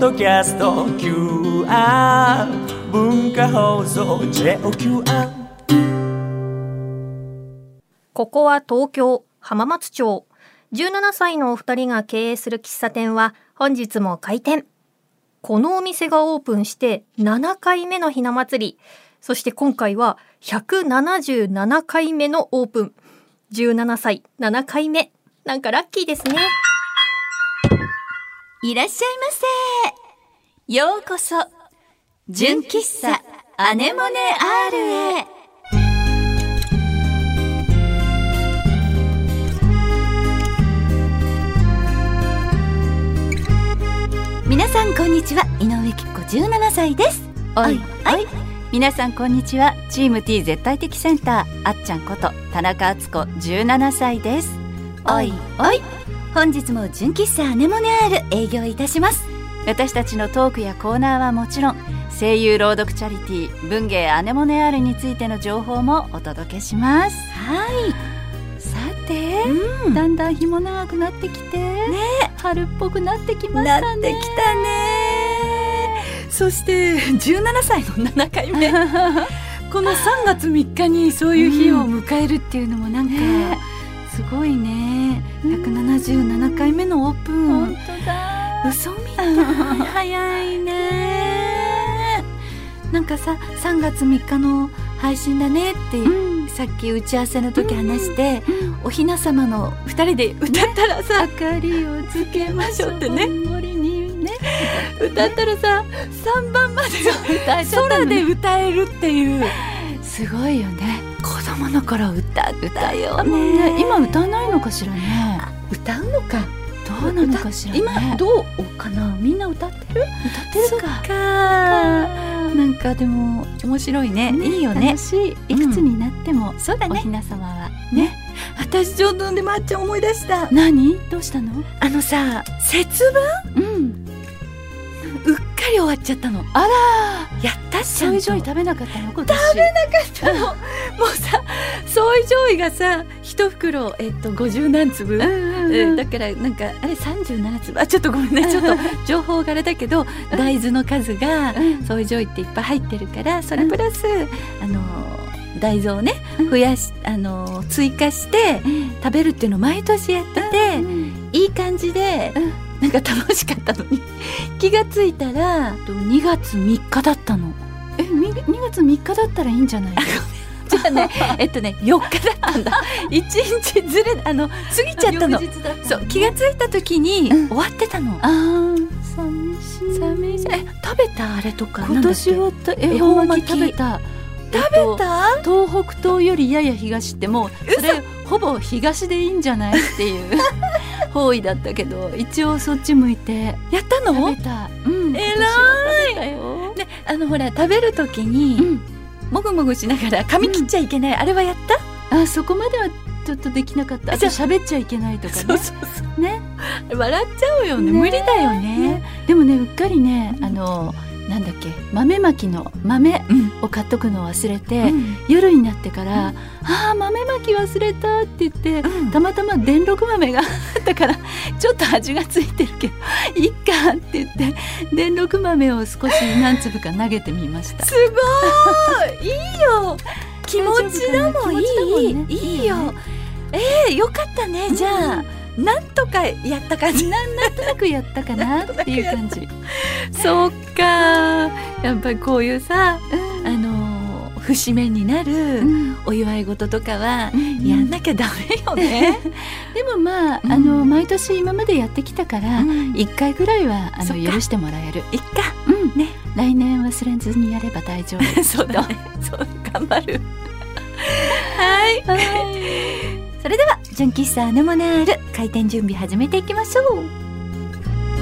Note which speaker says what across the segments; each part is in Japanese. Speaker 1: ドキャスト QR 文化放送 JOQR
Speaker 2: ここは東京浜松町17歳のお二人が経営する喫茶店は本日も開店このお店がオープンして7回目のひな祭りそして今回は177回目のオープン17歳7回目なんかラッキーですね
Speaker 3: いらっしゃいませ。ようこそ、純喫茶アネモネ R へ。皆さんこんにちは、井上貴子17歳です。
Speaker 4: おい
Speaker 3: はい、皆さんこんにちは、チーム T 絶対的センター、あっちゃんこと田中敦子17歳です。おいおい本日も純喫茶アネモネアール営業いたします私たちのトークやコーナーはもちろん声優朗読チャリティー文芸アネモネアールについての情報もお届けしますはいさて、だんだん日も長くなってきてね春っぽくなってきましたね
Speaker 4: 来たねそして17歳の7回 目この3月3日にそういう日を迎えるっていうのもなんか
Speaker 3: ね
Speaker 4: すごいね177回目のオープン
Speaker 3: 当だ
Speaker 4: 嘘みたい早いねなんかさ3月3日の配信だねって
Speaker 3: うん
Speaker 4: さっき打ち合わせの時話して、おひな様の2人で歌ったらさ、明かりをつけましょうってね歌ったらさ3番まで空で歌えるっていう
Speaker 3: すごいよね
Speaker 4: 子供の頃歌ったよね
Speaker 3: ね今歌わないのかしらね
Speaker 4: 歌うのか
Speaker 3: どうなのかしらね
Speaker 4: 今
Speaker 3: 歌っ
Speaker 4: どうかなみんな歌ってる
Speaker 3: て
Speaker 4: そ
Speaker 3: る
Speaker 4: っか
Speaker 3: か
Speaker 4: なんかでも面白いねいいよね
Speaker 3: 楽しいいくつになっても、そうだねおひな様はね
Speaker 4: 私ちょうどでまっちゃん思い出した
Speaker 3: 何どうしたの
Speaker 4: あのさ節分
Speaker 3: うん
Speaker 4: うっかり終わっちゃったの
Speaker 3: あ
Speaker 4: やったっし
Speaker 3: ら
Speaker 4: ょ
Speaker 3: 醤
Speaker 4: ん
Speaker 3: 油醤
Speaker 4: と
Speaker 3: 油食べなかったの今年食べ
Speaker 4: あのもうさソイジョイがさ一袋えっと50何粒、えーだからなんかあれ37粒あちょっとごめんねちょっと情報があれだけど大豆の数がソイジョイっていっぱい入ってるからそれプラス、あの大豆をね
Speaker 3: うん
Speaker 4: 増やし、あの追加して食べるっていうのを毎年やってて、いい感じで、
Speaker 3: うん
Speaker 4: なんか楽しかったのに 気がついたら2月3日だったの。
Speaker 3: えみ2月3日だったらいいんじゃない
Speaker 4: じゃあ ね、えっとね、4日だったん だ。1日ずれ、あの、過ぎちゃったの。そう、気がついた時に
Speaker 3: うん
Speaker 4: 終わってたの。
Speaker 3: あー寂しい
Speaker 4: 寂しい。え、食べたあれとか。
Speaker 3: 今年はた恵方巻き食べた
Speaker 4: 食べた
Speaker 3: 東北東よりやや東ってもうそれほぼ東でいいんじゃないっていう 方位だったけど一応そっち向いて
Speaker 4: やったの
Speaker 3: 食べた、うん、
Speaker 4: 偉い
Speaker 3: 今年は食べたよ、
Speaker 4: ね、あの、ほら、食べる時に、もぐもぐしながら噛み切っちゃいけない。あれはやった
Speaker 3: うん、あそこまではちょっとできなかったあと
Speaker 4: じゃあ
Speaker 3: 喋っちゃいけないとかね
Speaker 4: そうそ
Speaker 3: ね
Speaker 4: 笑っちゃうよね。
Speaker 3: ね
Speaker 4: 無理だよね。
Speaker 3: でもねうっかりねあのなんだっけ豆まきの豆を買っとくのを忘れて、夜になってから「ああ豆まき忘れた」って言ってたまたま電録豆があったからちょっと味がついてるけど「いっか」って言って電録豆を少し何粒か投げてみました
Speaker 4: すごいいいよ気持ちだも
Speaker 3: 大
Speaker 4: ん
Speaker 3: 丈夫かない気持ちだ
Speaker 4: い
Speaker 3: もんね
Speaker 4: いい
Speaker 3: いい
Speaker 4: よ
Speaker 3: よね
Speaker 4: えー、よかったねじゃあ、なんとかやった感じ
Speaker 3: うまくやったか なっていう感じ。
Speaker 4: そうかやっぱりこういうさ
Speaker 3: うん
Speaker 4: あのー節目にな
Speaker 3: う
Speaker 4: る
Speaker 3: ん
Speaker 4: お祝い事とかは
Speaker 3: うん
Speaker 4: やんなきゃダメよね、
Speaker 3: でもまあ,、
Speaker 4: うん
Speaker 3: あの毎年今までやってきたから
Speaker 4: い
Speaker 3: 一回ぐらいはあ
Speaker 4: そ
Speaker 3: の
Speaker 4: っか
Speaker 3: 許してもらえる、
Speaker 4: いっか
Speaker 3: うん
Speaker 4: ね
Speaker 3: 来年忘れずにやれば大丈夫
Speaker 4: そうだねそう頑張るはい
Speaker 3: それでは純喫茶アネモネアール開店準備始めていきましょう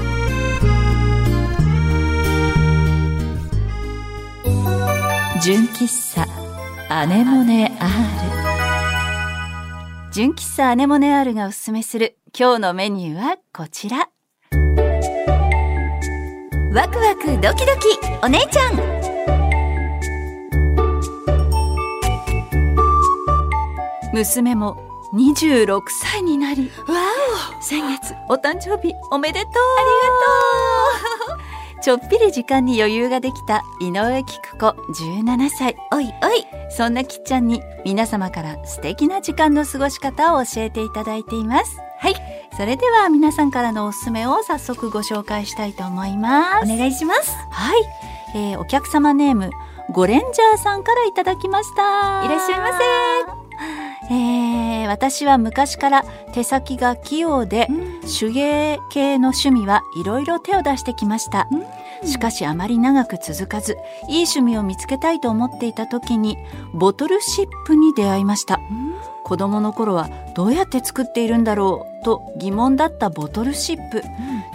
Speaker 4: 純喫茶アネモネアー
Speaker 3: 純喫茶アネモネアールがおすすめする今日のメニューはこちらワクワクドキドキお姉ちゃん娘も26歳になり
Speaker 4: ルわ
Speaker 3: 先月お誕生日おめでとうありがとちょっぴり時間に余裕ができた井上菊子17歳
Speaker 4: おいおい
Speaker 3: そんなきっちゃんに皆様から素敵な時間の過ごし方を教えていただいています
Speaker 4: はい
Speaker 3: それでは皆さんからのおすすめを早速ご紹介したいと思います
Speaker 4: お願いします
Speaker 3: はい、えーお客様ネームゴレンジャーさんからいただきました
Speaker 4: いらっしゃいませ
Speaker 3: せえー私は昔から手先が器用で手芸系の趣味はいろいろ手を出してきましたしかしあまり長く続かずいい趣味を見つけたいと思っていた時にボトルシップに出会いました子供の頃はどうやって作っているんだろうと疑問だったボトルシップ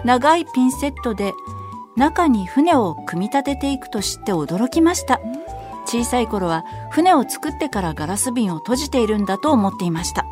Speaker 3: 長いピンセットで中に船を組み立てていくと知って驚きました小さい頃は船を作ってからガラス瓶を閉じているんだと思っていました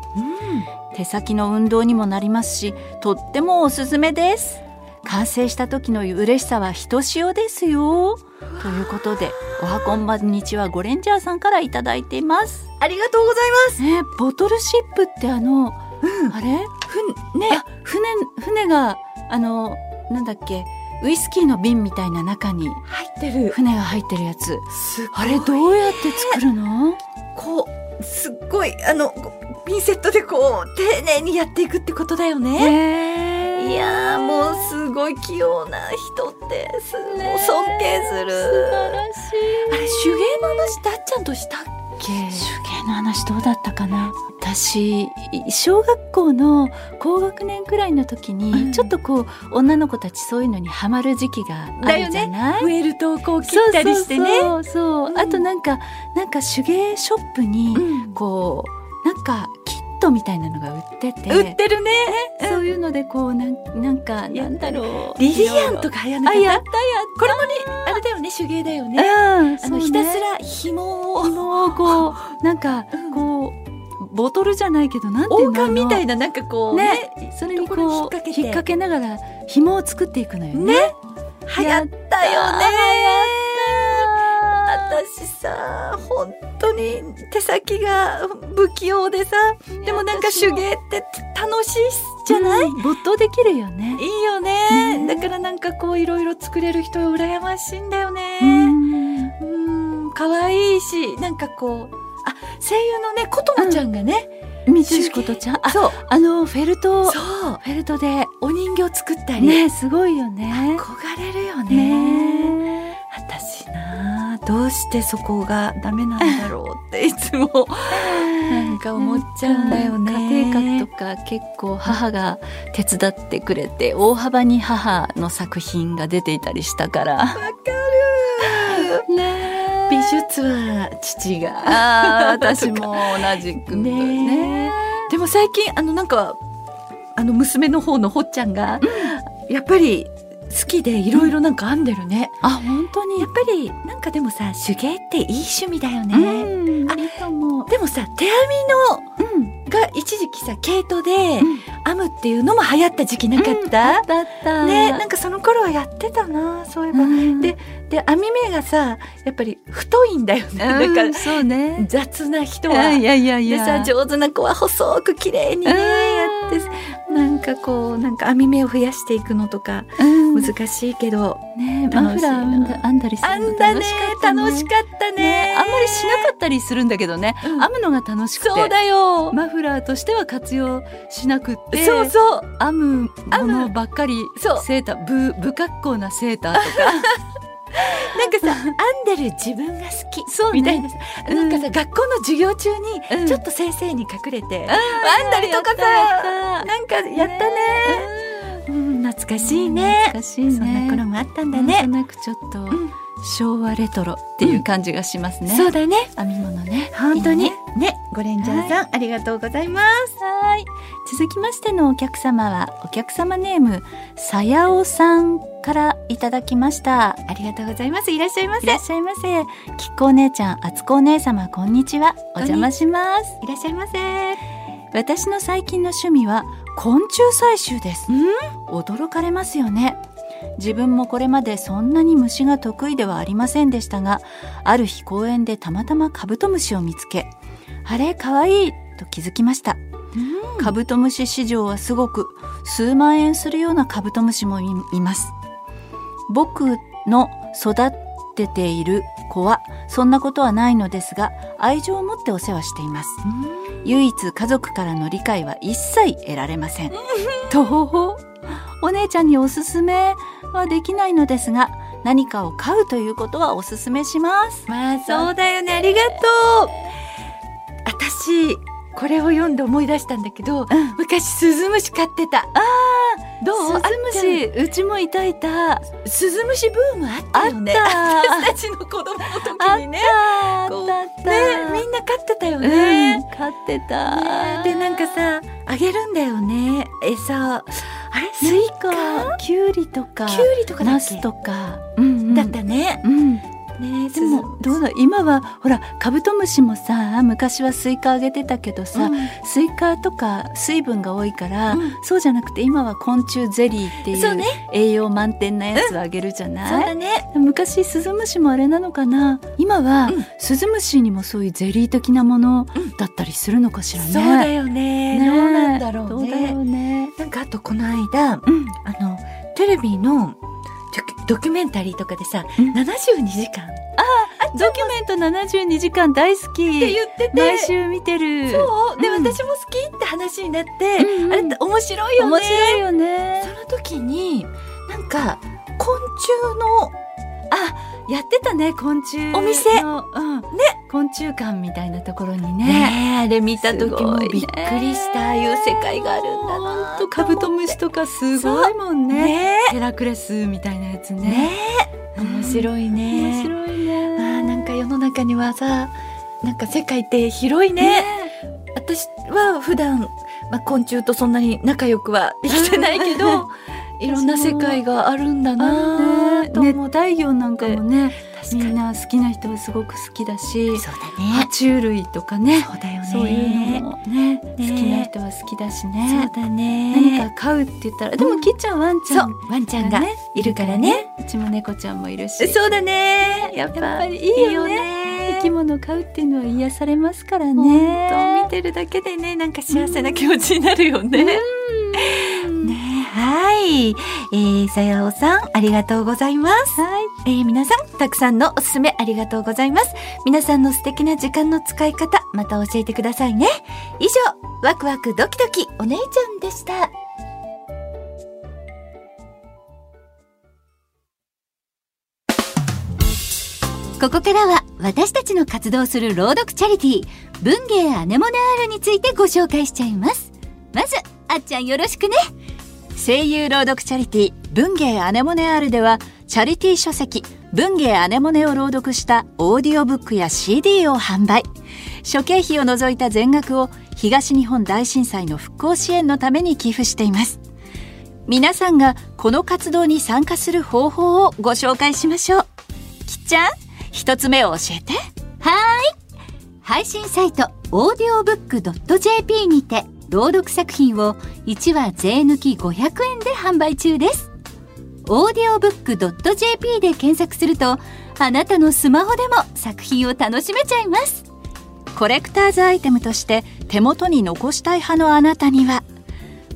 Speaker 3: 手先の運動にもなりますしとってもおすすめです完成した時の嬉しさはひとしおですよということでおはこんばんにちはゴレンジャーさんからいただいています
Speaker 4: ありがとうございます
Speaker 3: ねボトルシップってあの、あれ
Speaker 4: ふんね
Speaker 3: あ船船があのなんだっけウイスキーの瓶みたいな中に
Speaker 4: 入ってる
Speaker 3: 船が入ってるやつ
Speaker 4: す
Speaker 3: あれどうやって作るの
Speaker 4: こうすっごいあのこうピンセットでこう丁寧にやっていくってことだよね。
Speaker 3: え
Speaker 4: いやーもうすごい器用な人ってすごい
Speaker 3: ね
Speaker 4: 尊敬する。
Speaker 3: 素晴らしい
Speaker 4: あれ手芸の話ってあっちゃんとしたっけ？
Speaker 3: 手芸の話どうだったかな私小学校の高学年くらいの時に、
Speaker 4: うん
Speaker 3: ちょっとこう女の子たちそういうのにハマる時期があるじゃない、
Speaker 4: ウェルトをこう切
Speaker 3: そう
Speaker 4: ったりしてね。
Speaker 3: そうそうそう
Speaker 4: うん
Speaker 3: あとなんかなんか手芸ショップに
Speaker 4: うん
Speaker 3: こうなんかキットみたいなのが売ってて
Speaker 4: 売ってるね。
Speaker 3: そういうのでこうなんなんか
Speaker 4: やった
Speaker 3: ろ
Speaker 4: リリアンとかやんな
Speaker 3: あ
Speaker 4: かっ。
Speaker 3: やったたやっ
Speaker 4: これもねあれだよね手芸だよね。
Speaker 3: た、うん
Speaker 4: あ
Speaker 3: そう
Speaker 4: の
Speaker 3: ね
Speaker 4: ひたすら紐を
Speaker 3: 紐をこう なんか
Speaker 4: ん
Speaker 3: こうボトルじゃないけどなんていうの
Speaker 4: 王冠みたい
Speaker 3: な
Speaker 4: ななんかこうね
Speaker 3: それにこう
Speaker 4: ところに
Speaker 3: 引
Speaker 4: 引
Speaker 3: っ
Speaker 4: っ
Speaker 3: 掛け
Speaker 4: 掛けて
Speaker 3: ながら紐を作っていくのよね。
Speaker 4: ね流行ったよね。私さ本当に手先が不器用でさでもなんか手芸って楽しいじゃない、
Speaker 3: うん没頭できるよね。
Speaker 4: いいよね
Speaker 3: ね
Speaker 4: だからなんかこういろいろ作れる人は羨ましいんだよね
Speaker 3: うん
Speaker 4: うん可愛いしなんかこうあ声優のね琴乃ちゃんがね、
Speaker 3: 三石琴ちゃんあ
Speaker 4: そう
Speaker 3: あのフェルトフ
Speaker 4: そう
Speaker 3: ェルトで
Speaker 4: お人形作ったり、
Speaker 3: ねすごいよね。
Speaker 4: 憧れるよね
Speaker 3: ね
Speaker 4: 私なあどうしてそこがダメなんだろうっていつも なんか思っちゃうんだよね
Speaker 3: 家庭科とか結構母が手伝ってくれて大幅に母の作品が出ていたりしたから。
Speaker 4: わかる
Speaker 3: ね
Speaker 4: 美術は父が
Speaker 3: ああ私も同じく
Speaker 4: ね
Speaker 3: ね
Speaker 4: でも最近あのなんかあの娘の方のほっちゃんが、やっぱり好きでいろいろなんか編んでるね、
Speaker 3: あ本当に
Speaker 4: やっぱりなんかでもさ手芸っていい趣味だよね、
Speaker 3: うん
Speaker 4: あ
Speaker 3: いいと思う
Speaker 4: でもさ手編
Speaker 3: うん
Speaker 4: みのが一時期さ毛糸で
Speaker 3: うん
Speaker 4: 編むっていうのも流行った時期なかった、
Speaker 3: だった
Speaker 4: ねなんかその頃はやってたなそういえば、でで編み目がさやっぱり太いんだよね、
Speaker 3: うん
Speaker 4: だか
Speaker 3: そう
Speaker 4: ら
Speaker 3: ね
Speaker 4: 雑な人
Speaker 3: い
Speaker 4: は
Speaker 3: やいやいやい
Speaker 4: で
Speaker 3: や
Speaker 4: さ上手な子は細く綺麗にねやってさなんかこうなんか編み目を増やしていくのとか
Speaker 3: うん
Speaker 4: 難しいけど、
Speaker 3: ねマフラー編んだ編んだりす
Speaker 4: あ
Speaker 3: る
Speaker 4: ん
Speaker 3: の
Speaker 4: だ
Speaker 3: 楽
Speaker 4: ね
Speaker 3: しかったね
Speaker 4: 楽しかったね
Speaker 3: あんまりしなかったりするんだけどね、
Speaker 4: うん
Speaker 3: 編むのが楽しくて
Speaker 4: そうだよ、
Speaker 3: マフラーとしては活用しなくって
Speaker 4: そうそう
Speaker 3: 編むも
Speaker 4: 編
Speaker 3: の
Speaker 4: む
Speaker 3: ばっかり
Speaker 4: そう
Speaker 3: セーターぶ不格好なセーターとか
Speaker 4: なんかさ編んでる自分が好き
Speaker 3: そうね
Speaker 4: みたいなさ、
Speaker 3: うん
Speaker 4: なんかさ学校の授業中に、
Speaker 3: うん
Speaker 4: ちょっと先生に隠れて、
Speaker 3: 編
Speaker 4: んだりとかさなんかやったねうん懐かしいね
Speaker 3: 難しいね
Speaker 4: そんな頃もあったんだ
Speaker 3: なんと
Speaker 4: ね、
Speaker 3: なくちょっと
Speaker 4: ん
Speaker 3: 昭和レトロっていう感じがしますね、
Speaker 4: そうだね
Speaker 3: 編み物ね
Speaker 4: 本当に
Speaker 3: いい
Speaker 4: ね
Speaker 3: ね
Speaker 4: ゴレンジャーさん、ありがとうございます
Speaker 3: はい続きましてのお客様はお客様ネームさやおさんからいただきました
Speaker 4: ありがとうございますいらっしゃいま
Speaker 3: い
Speaker 4: せ
Speaker 3: らっしゃいませきっこお姉ちゃんあつこお姉様こんにちはお邪魔します
Speaker 4: いらっしゃいませ。
Speaker 3: 私の最近の趣味は昆虫採集です
Speaker 4: ん
Speaker 3: 驚かれますよね自分もこれまでそんなに虫が得意ではありませんでしたがある日公園でたまたまカブトムシを見つけあれかわいいと気づきましたカブトムシ市場はすごく数万円するようなカブトムシもいいます僕の育てている子はそんなことはないのですが愛情を持ってお世話しています唯一家族からの理解は一切得られませんとお姉ちゃんにおすすめはできないのですが何かを買うということはおすすめします
Speaker 4: まあそうだよねありがとう私これを読んで思い出したんだけど、昔スズムシ飼ってたあどう
Speaker 3: スズムシうちもいたいた
Speaker 4: シスズムシブームあった
Speaker 3: あっ
Speaker 4: よ
Speaker 3: た、
Speaker 4: ね私たちの子供の時にね
Speaker 3: あった
Speaker 4: こう
Speaker 3: あった
Speaker 4: ねみんな飼ってたよね、
Speaker 3: うん、飼って
Speaker 4: ね
Speaker 3: た
Speaker 4: でなんかさあげるんだよね餌あれスイカ
Speaker 3: きゅうりとか
Speaker 4: キュウリとかだ
Speaker 3: ナ
Speaker 4: っけ
Speaker 3: スとか、うんうん
Speaker 4: だったね、
Speaker 3: うん、
Speaker 4: ね
Speaker 3: でもどうだ今はほらカブトムシもさ昔はスイカあげてたけどさ、スイカとか水分が多いから、
Speaker 4: うん
Speaker 3: そうじゃなくて今は昆虫ゼリーってい
Speaker 4: そう
Speaker 3: う
Speaker 4: ね
Speaker 3: 栄養満点なやつをあげるじゃ
Speaker 4: そう
Speaker 3: ない、
Speaker 4: だね
Speaker 3: 昔スズムシもあれなのかな今は、
Speaker 4: うん
Speaker 3: スズムシにもそういうゼリー的なものだったりするのかしらね。
Speaker 4: そうだよね
Speaker 3: ね
Speaker 4: どうなんだろう
Speaker 3: どうだ
Speaker 4: ね
Speaker 3: ろうね
Speaker 4: なんかあとこの
Speaker 3: う
Speaker 4: 間
Speaker 3: ん
Speaker 4: あのテレビのドキュドキュメンタリーとかでさ、
Speaker 3: うん
Speaker 4: 72時間っ
Speaker 3: ドキュメント72時間大好き
Speaker 4: て言ってて
Speaker 3: 毎週見てる
Speaker 4: そうで、
Speaker 3: うん
Speaker 4: 私も好きって話になって、
Speaker 3: うんうん
Speaker 4: あれって面白いよね
Speaker 3: 面白いよね
Speaker 4: その時になんか昆虫の
Speaker 3: あやってたね昆虫の
Speaker 4: お店
Speaker 3: うんね昆虫館みたいなところにね
Speaker 4: ねえあれ見た
Speaker 3: す
Speaker 4: 時も
Speaker 3: ごいね
Speaker 4: びっくりしたああいう世界があるんだな
Speaker 3: ほんとカブトムシとかすごいもんね
Speaker 4: ね
Speaker 3: ヘラクレスみたいなやつ
Speaker 4: え
Speaker 3: ね
Speaker 4: ねえ面白いね
Speaker 3: 面白い
Speaker 4: あーな
Speaker 3: ね
Speaker 4: んか世の中にはさなんか世界って広いね私は普段、まあ、昆虫とそんなに仲良くはできてないけど、 いろんな世界があるんだな
Speaker 3: あ
Speaker 4: ー
Speaker 3: ー
Speaker 4: と
Speaker 3: ね
Speaker 4: 思う、
Speaker 3: 熱帯魚なんかもね
Speaker 4: 確
Speaker 3: み
Speaker 4: か
Speaker 3: ん
Speaker 4: に
Speaker 3: な好きな人はすごく好きだし
Speaker 4: そうだ
Speaker 3: 爬
Speaker 4: ね
Speaker 3: 虫類とかね
Speaker 4: そうだよね
Speaker 3: そういうのもね好
Speaker 4: ね
Speaker 3: きな人は好きだし
Speaker 4: そう
Speaker 3: ね
Speaker 4: だね
Speaker 3: 何か飼うって言ったらでもキッちゃんワンち
Speaker 4: そ
Speaker 3: ゃん
Speaker 4: うワンちゃんがいるからね
Speaker 3: うちも猫ちゃんもいるし
Speaker 4: そうだねやっぱ
Speaker 3: やっぱりいい
Speaker 4: いいよ
Speaker 3: よね
Speaker 4: ね
Speaker 3: 生き物飼うっていうのは癒されますからね
Speaker 4: 本当見てるだけでねなんか幸せな気持ちになるよね、
Speaker 3: うん
Speaker 4: ねはい、えー、さやおさんありがとうございますはい、えー、皆さんたくさんのおすすめありがとうございます皆さんの素敵な時間の使い方また教えてくださいね以上ワクワクドキドキお姉ちゃんでした
Speaker 3: ここからは私たちの活動する朗読チャリティー文芸アネモネアールについてご紹介しちゃいますまずあっちゃんよろしくね声優朗読チャリティー文芸アネモネアールではチャリティー書籍文芸アネモネを朗読したオーディオブックや CD を販売諸経費を除いた全額を東日本大震災の復興支援のために寄付しています皆さんがこの活動に参加する方法をご紹介しましょうきっちゃん一つ目を教えてはーい配信サイトオーディオブック .jp にて朗読作品を1話税抜き500円で販売中ですオーディオブック .jp で検索するとあなたのスマホでも作品を楽しめちゃいますコレクターズアイテムとして手元に残したい派のあなたには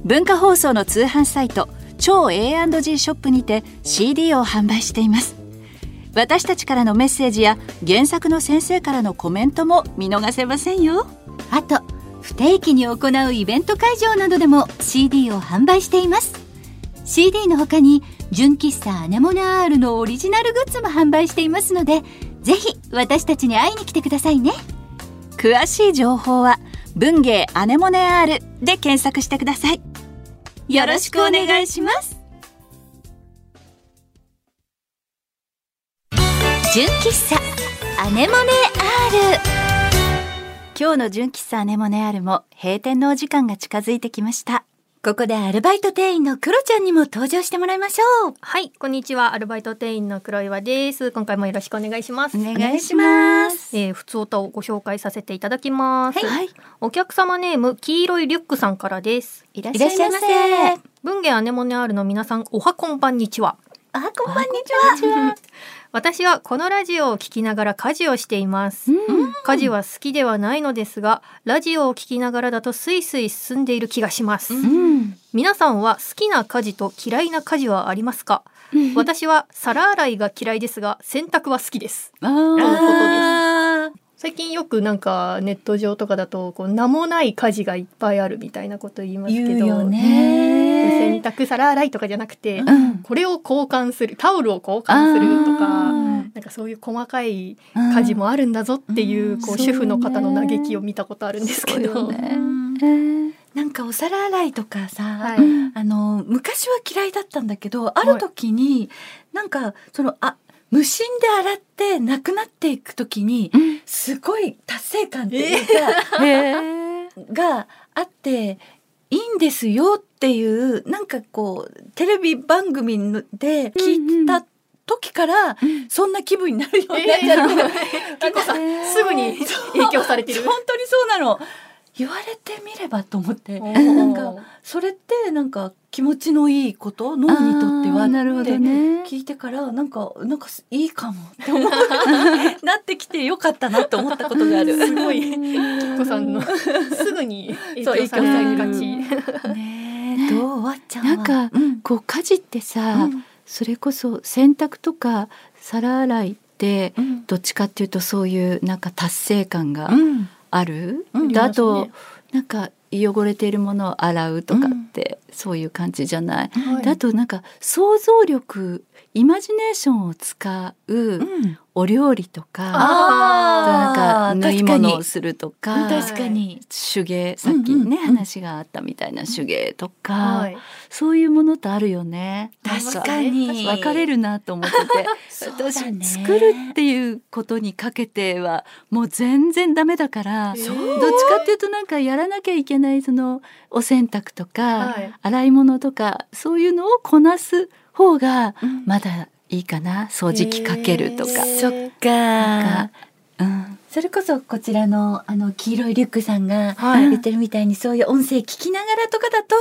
Speaker 3: 文化放送の通販サイト超 A&G ショップにて CD を販売しています私たちからのメッセージや原作の先生からのコメントも見逃せませんよあと不定期に行うイベント会場などでも CD を販売しています CD の他に純喫茶アネモネアールのオリジナルグッズも販売していますのでぜひ私たちに会いに来てくださいね詳しい情報は文芸アネモネアールで検索してくださいよろしくお願いします純喫茶アネモネアール今日の純喫茶アネモネアールも閉店のお時間が近づいてきました
Speaker 4: ここでアルバイト店員のクロちゃんにも登場してもらいましょう
Speaker 2: はい、こんにちは。アルバイト店員の黒岩です。今回もよろしくお願いします。
Speaker 3: お願いします
Speaker 2: えー、普通歌をご紹介させていただきます。
Speaker 3: はい
Speaker 2: お客様ネーム黄色いリュックさんからです。
Speaker 3: いらっ
Speaker 4: いらっしゃいませ
Speaker 2: 文芸アネモネアールの皆さん、おはこんばんにちは。
Speaker 4: あこんばんにち
Speaker 2: 私はこのラジオを聞きながら家事をしています。
Speaker 3: うん
Speaker 2: 家事は好きではないのですが、ラジオを聞きながらだとスイスイ進んでいる気がします。
Speaker 3: うん
Speaker 2: 皆さんは好きな家事と嫌いな家事はありますか私は皿洗いが嫌いですが洗濯は好きです
Speaker 4: あー
Speaker 2: 最近よくなんかネット上とかだとこう名もない家事がいっぱいあるみたいなこと言いますけど
Speaker 4: 言うよ
Speaker 2: 洗
Speaker 4: ね。
Speaker 2: 濯皿洗いとかじゃなくて、
Speaker 4: うん
Speaker 2: これを交換するタオルを交換するとか
Speaker 4: あ
Speaker 2: なんかそういう細かい
Speaker 4: ー
Speaker 2: 家事もあるんだぞっていう,、
Speaker 4: うん
Speaker 2: こ
Speaker 4: うん
Speaker 2: う
Speaker 4: そうね
Speaker 2: 主婦の方の嘆きを見たことあるんですけ
Speaker 4: そう
Speaker 2: ど、
Speaker 4: よね
Speaker 3: うん
Speaker 4: なんかお皿洗いとかさ、
Speaker 2: はい
Speaker 4: あの昔は嫌いだったんだけどある時に、なんかそのあ無心で洗ってなくなっていく時にすごい達成感っていうか、 があっていいんですよっていうなんかこうテレビ番組ので聞いた時から、そんな気分になるようになっちゃって、
Speaker 2: 結構さすぐに影響されてる。
Speaker 4: 本当にそうなの言われてみればと思って
Speaker 2: なん
Speaker 4: なんかそれってなんか気持ちのいいこと脳にとっては
Speaker 3: あーなるほどね
Speaker 4: って聞いてからなんかなんかいいかもって思う なってきてよかったなと思ったことがある。
Speaker 2: すごいきっこさんのすぐに影響されがち。
Speaker 4: ねえどうわっちゃんは
Speaker 3: なんか
Speaker 4: うん
Speaker 3: こう家事ってさ、
Speaker 4: うん
Speaker 3: それこそ洗濯とか皿洗いって
Speaker 4: うん
Speaker 3: どっちかっていうとそういうなんか達成感が
Speaker 4: うん
Speaker 3: ある、
Speaker 4: うん
Speaker 3: だと、
Speaker 2: あり
Speaker 3: なんか汚れているものを洗うとかって、そういう感じじゃない。
Speaker 2: はい
Speaker 3: だとなんか想像力イマジネーションを使うお料理とか、
Speaker 4: あ
Speaker 3: な
Speaker 4: ー
Speaker 3: んか縫い物をするとか
Speaker 2: 確かに
Speaker 4: 確かに
Speaker 3: 手芸さっきね、
Speaker 4: うんうんうん
Speaker 3: 話があったみたいな手芸とか、
Speaker 2: はい
Speaker 3: そういうものとあるよね。
Speaker 4: 確かに
Speaker 3: 分かれるなと思ってて
Speaker 4: そうだね
Speaker 3: 私作るっていうことにかけてはもう全然ダメだからどっち
Speaker 2: そ
Speaker 3: か
Speaker 2: う
Speaker 3: っていうとなんかやらなきゃいけないそのお洗濯とか
Speaker 2: はい
Speaker 3: 洗い物とかそういうのをこなす方が
Speaker 4: うん
Speaker 3: まだいいかな掃除機かけるとか。
Speaker 2: へー
Speaker 4: そっ
Speaker 3: な
Speaker 4: か
Speaker 3: んかうん
Speaker 4: それこそこちらのあの黄色いリュックさんが
Speaker 2: はい
Speaker 4: 言ってるみたいにそういう音声聞きながらとかだと、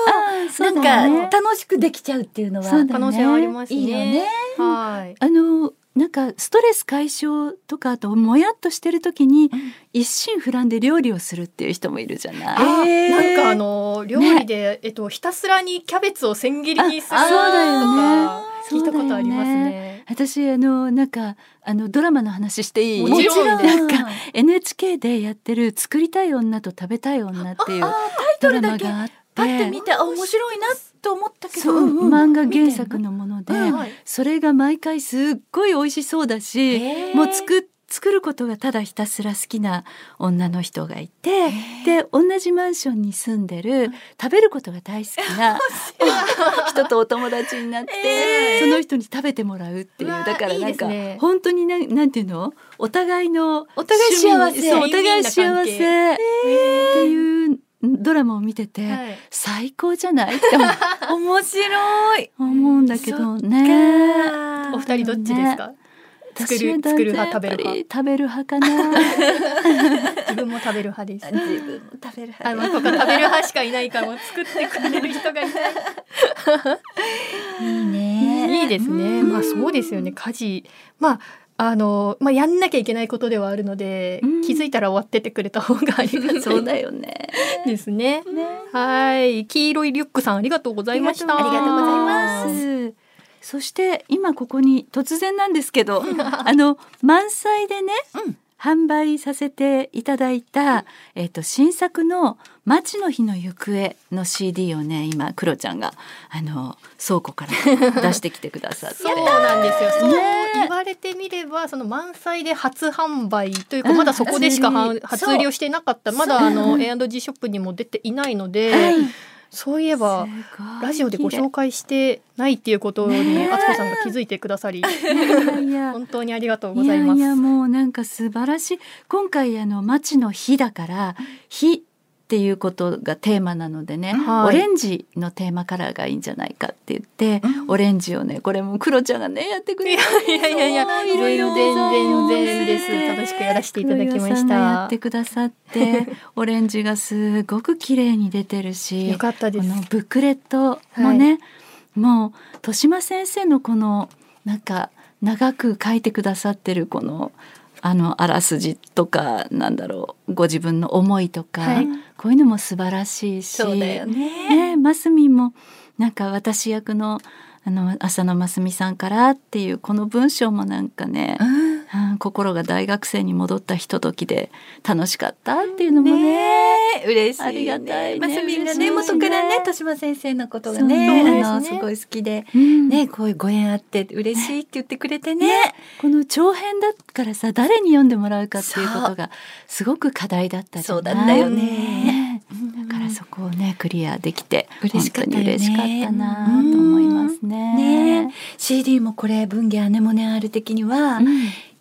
Speaker 3: そうだね
Speaker 4: なんか楽しくできちゃうっていうのは
Speaker 3: そうだ
Speaker 2: 可能性はありますね。
Speaker 4: いいよね
Speaker 2: はい。
Speaker 3: あのなんかストレス解消とかあともやっとしてる時に一心不乱で料理をするっていう人もいるじゃない。
Speaker 2: あ
Speaker 4: えー
Speaker 2: なんかあの料理で、えっとひたすらにキャベツを千切りにすると
Speaker 3: あ
Speaker 2: か
Speaker 3: そうだよ
Speaker 2: 聞いたことありますね。
Speaker 3: 私あのなんかあのドラマの話していい
Speaker 2: もちろん
Speaker 3: な
Speaker 2: です
Speaker 3: んか NHK でやってる「作りたい女と食べたい女」っていう
Speaker 4: あタ
Speaker 3: ドラ
Speaker 4: イトル
Speaker 3: マ
Speaker 4: だけ
Speaker 3: があって
Speaker 4: パッて見てあ面白いなと思ったけど、
Speaker 3: そう、
Speaker 4: うんうん
Speaker 3: 漫画原作のもので、
Speaker 4: 見てんの
Speaker 2: はい
Speaker 3: それが毎回すっごい美味しそうだ
Speaker 4: へ
Speaker 3: し、
Speaker 4: ー
Speaker 3: もう作っ作ることがただひたすら好きな女の人がいてで同じマンションに住んでる食べることが大好き な 人とお友達になって、その人に食べてもらうっていう
Speaker 2: うわー
Speaker 3: だか
Speaker 2: い
Speaker 3: らなんか
Speaker 2: いですね
Speaker 3: 本当にななんていうのお互いの
Speaker 4: お互い幸せ
Speaker 3: 趣味そうお互い幸
Speaker 2: ウィンウィンな関
Speaker 3: せ
Speaker 2: 係
Speaker 3: っていうドラマを見てて、
Speaker 2: はい
Speaker 3: 最高じゃないって思う
Speaker 4: 面白い
Speaker 3: 思うんだけどね。
Speaker 4: ね
Speaker 2: お二人どっちですか？作る作る派食べる派
Speaker 3: 食べる派かな
Speaker 2: 自分も食べる派です。
Speaker 4: 自分も食べる
Speaker 2: あのとか食べる派しかいないからもう作ってくれる人がいない。
Speaker 4: いいね
Speaker 2: いいですね。まあそうですよね。家事まあ。あのまあ、やんなきゃいけないことではあるので、
Speaker 3: うん
Speaker 2: 気づいたら終わっててくれた方がありがた
Speaker 3: そう
Speaker 2: い
Speaker 3: だよね
Speaker 2: ですね。はい、黄色いリュックさんありがとうございました。
Speaker 4: ありがとうございます
Speaker 3: そして今ここに突然なんですけ どあの満載でね、
Speaker 4: うん
Speaker 3: 販売させていただいた、えっと新作の「町の日の行方」の CD をね今クロちゃんがあの倉庫から出してきてくだ さって
Speaker 2: そうなんですよ。そう
Speaker 3: ね
Speaker 2: 言われてみればその満載で初販売というか
Speaker 3: うん
Speaker 2: まだそこでしか
Speaker 3: 初売
Speaker 2: は
Speaker 3: り
Speaker 2: 初売りをしていなかった
Speaker 4: そう
Speaker 2: まだあの A&G ショップにも出ていないのでそういえばラジオでご紹介してないっていうことに
Speaker 3: ね
Speaker 2: あつこさんが気づいてくださり
Speaker 3: 介い や
Speaker 2: 本当にありがとうございます。
Speaker 3: やいやもうなんか素晴らしい今回あの「町の日」だから「日」っていうことがテーマなのでね、
Speaker 2: はい
Speaker 3: オレンジのテーマカラーがいいんじゃないかって言って、
Speaker 4: うん
Speaker 3: オレンジをねこれもクロちゃんがねやってくれた
Speaker 2: いやいやいや
Speaker 3: い
Speaker 2: い
Speaker 3: ろ
Speaker 2: ろ
Speaker 3: い
Speaker 2: い
Speaker 3: ろ
Speaker 2: ろ
Speaker 3: デ
Speaker 2: 全
Speaker 3: ザインを
Speaker 2: 然
Speaker 3: ね
Speaker 2: 全然です楽しくやらせていただきま
Speaker 3: 黒岩さん
Speaker 2: し
Speaker 3: がやったてくださってオレンジがすごく綺麗に出てるし
Speaker 2: よかったで
Speaker 3: こ
Speaker 2: す
Speaker 3: のブックレットもね、もう豊島先生のこのなんか長く書いてくださってるこのあのあらすじとかなんだろうご自分の思いとか、
Speaker 2: はい
Speaker 3: こういうのも素晴らしいし
Speaker 4: そうだよね
Speaker 3: ねマスミンもなんか私役のあの浅野真澄さんからっていうこの文章もなんかね、
Speaker 4: うん
Speaker 3: うん心が大学生に戻ったひとときで楽しかったっていうのもね
Speaker 4: ねえ嬉しい
Speaker 3: あ
Speaker 4: よね。
Speaker 3: りがたいね
Speaker 4: まさみん
Speaker 3: 嬉
Speaker 4: な
Speaker 3: しい
Speaker 4: ね
Speaker 3: ね
Speaker 4: 元からね豊島先生のことが
Speaker 3: そう
Speaker 4: ね
Speaker 3: ね
Speaker 4: あの
Speaker 2: そうで
Speaker 4: す
Speaker 2: すね
Speaker 4: ごい好きで
Speaker 3: うん
Speaker 4: ねこういうご縁あって嬉しいって言ってくれてね。
Speaker 3: この長編だからさ誰に読んでもらうかっていうことがすごく課題だったじゃ
Speaker 4: そ
Speaker 3: な
Speaker 4: う
Speaker 3: い
Speaker 4: だったよね。
Speaker 3: ねだからそこをねクリアできて
Speaker 4: 嬉しかったよ
Speaker 3: 本
Speaker 4: ね
Speaker 3: 当に嬉しかったなと思いますね。
Speaker 4: ね CD もこれ文芸アネモネアール的には
Speaker 3: うん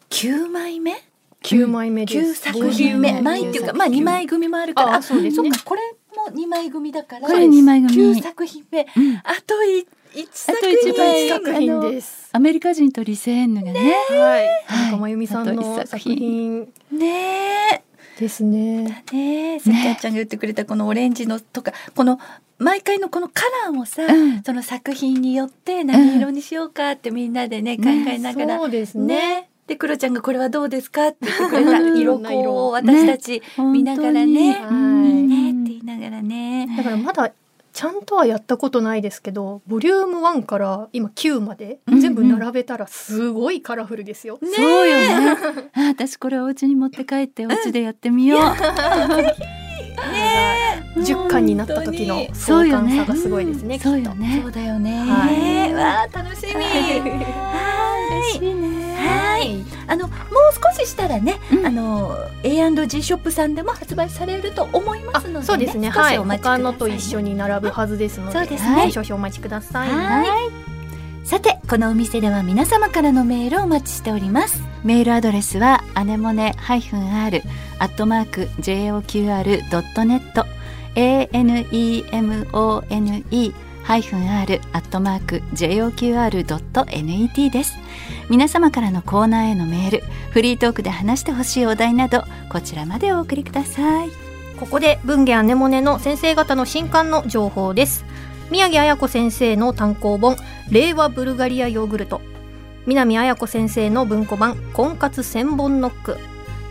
Speaker 4: 9枚目
Speaker 2: 九枚目です。
Speaker 4: 9作品目
Speaker 2: 九
Speaker 4: 枚っていうかまあ2枚組もあるから
Speaker 2: あ、そうです
Speaker 4: そっ
Speaker 2: ね。
Speaker 4: かこれも2枚組だから
Speaker 3: これ二枚組
Speaker 4: 9作品
Speaker 3: う
Speaker 4: 目
Speaker 3: ん
Speaker 4: あとい一作
Speaker 3: あと
Speaker 4: 品
Speaker 3: 一枚
Speaker 2: 作品です。
Speaker 3: アメリカ人とリセーンヌがね
Speaker 2: はい。
Speaker 3: はい
Speaker 2: 中間由美さんの作品
Speaker 4: ねえ
Speaker 2: ですね。
Speaker 4: ねえさっきあっちゃんが言ってくれたこのオレンジのとかこの毎回のこのカラーをさ、
Speaker 3: うん
Speaker 4: その作品によって何色にしようかってみんなでね、
Speaker 3: ね
Speaker 4: 考えながら
Speaker 2: そうです
Speaker 4: ね
Speaker 2: ね。
Speaker 4: でクロちゃんがこれはどうですかって言ってくれた
Speaker 2: うん
Speaker 4: 色こを私たち見ながらね
Speaker 3: 本
Speaker 2: は
Speaker 3: 当
Speaker 2: い
Speaker 3: に
Speaker 4: ねって言いながらね。
Speaker 2: だからまだちゃんとはやったことないですけど、ボリューム1から今9まで
Speaker 3: うんうん
Speaker 2: 全部並べたらすごいカラフルですよ。
Speaker 3: そうよね。あ、私これお家に持って帰ってお家でやってみよう。
Speaker 2: 10巻になった時の
Speaker 3: そ
Speaker 2: 相
Speaker 3: うよ
Speaker 2: 関
Speaker 3: ね。
Speaker 2: 差がすごいですね。
Speaker 3: そうよね
Speaker 4: そう。だよね。
Speaker 2: はい
Speaker 4: わあ楽しみ。は
Speaker 3: 嬉
Speaker 4: い。
Speaker 3: しいね。
Speaker 4: はい。あのもう少ししたらね、
Speaker 3: うん
Speaker 4: あの A&G ショップさんでも発売されると思いま
Speaker 2: あ
Speaker 4: すので、ね、
Speaker 2: そうですね。
Speaker 4: 少
Speaker 2: は
Speaker 4: し
Speaker 2: い。
Speaker 4: お待ちくだ
Speaker 2: 他
Speaker 4: さいね
Speaker 2: のと一緒に並ぶはずですので、
Speaker 4: そうですね
Speaker 2: はい少々お待ちください。
Speaker 4: はい。さて、このお店では皆様からのメールをお待ちしております。
Speaker 3: メールアドレスはアネモネ -r アットマーク JOQR ドットネット ANEMONE -r アットマーク JOQR ドット NET です皆様からのコーナーへのメールフリートークで話してほしいお題などこちらまでお送りください
Speaker 2: ここで文芸アネモネの先生方の新刊の情報です宮城彩子先生の単行本令和ブルガリアヨーグルト南彩子先生の文庫版婚活千本ノック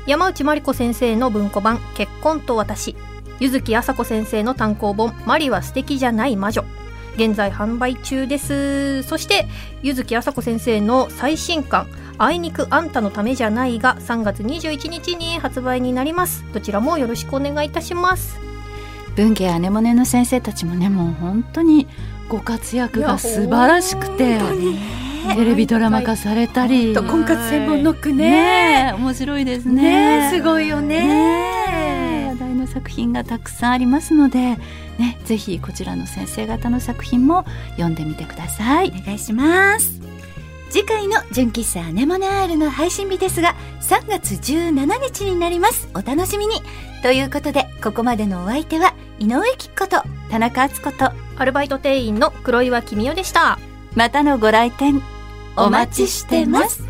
Speaker 2: 山内まり子先生の文庫版結婚と私柚木麻子先生の単行本マリは素敵じゃない魔女現在販売中ですそして柚木麻子先生の最新刊あいにくあんたのためじゃないが3月21日に発売になりますどちらもよろしくお願いいたします
Speaker 3: 文芸アネモネの先生たちもねもう本当にご活躍が素晴らしくてテレビドラマ化されたり
Speaker 4: と婚活専門ノックね。
Speaker 3: ねえ面白いですね
Speaker 4: ねえすごいよ
Speaker 3: ねえ話
Speaker 4: ね。
Speaker 3: 題の作品がたくさんありますので、ね、ぜひこちらの先生方の作品も読んでみてください。
Speaker 4: お願いします。次回の純喫茶アネモネアールの配信日ですが、3月17日になります。お楽しみに。ということで、ここまでのお相手は、井上貴子と、
Speaker 3: 田中敦子と
Speaker 2: アルバイト店員の黒岩君代でした
Speaker 3: またのご来店お待ちしてます。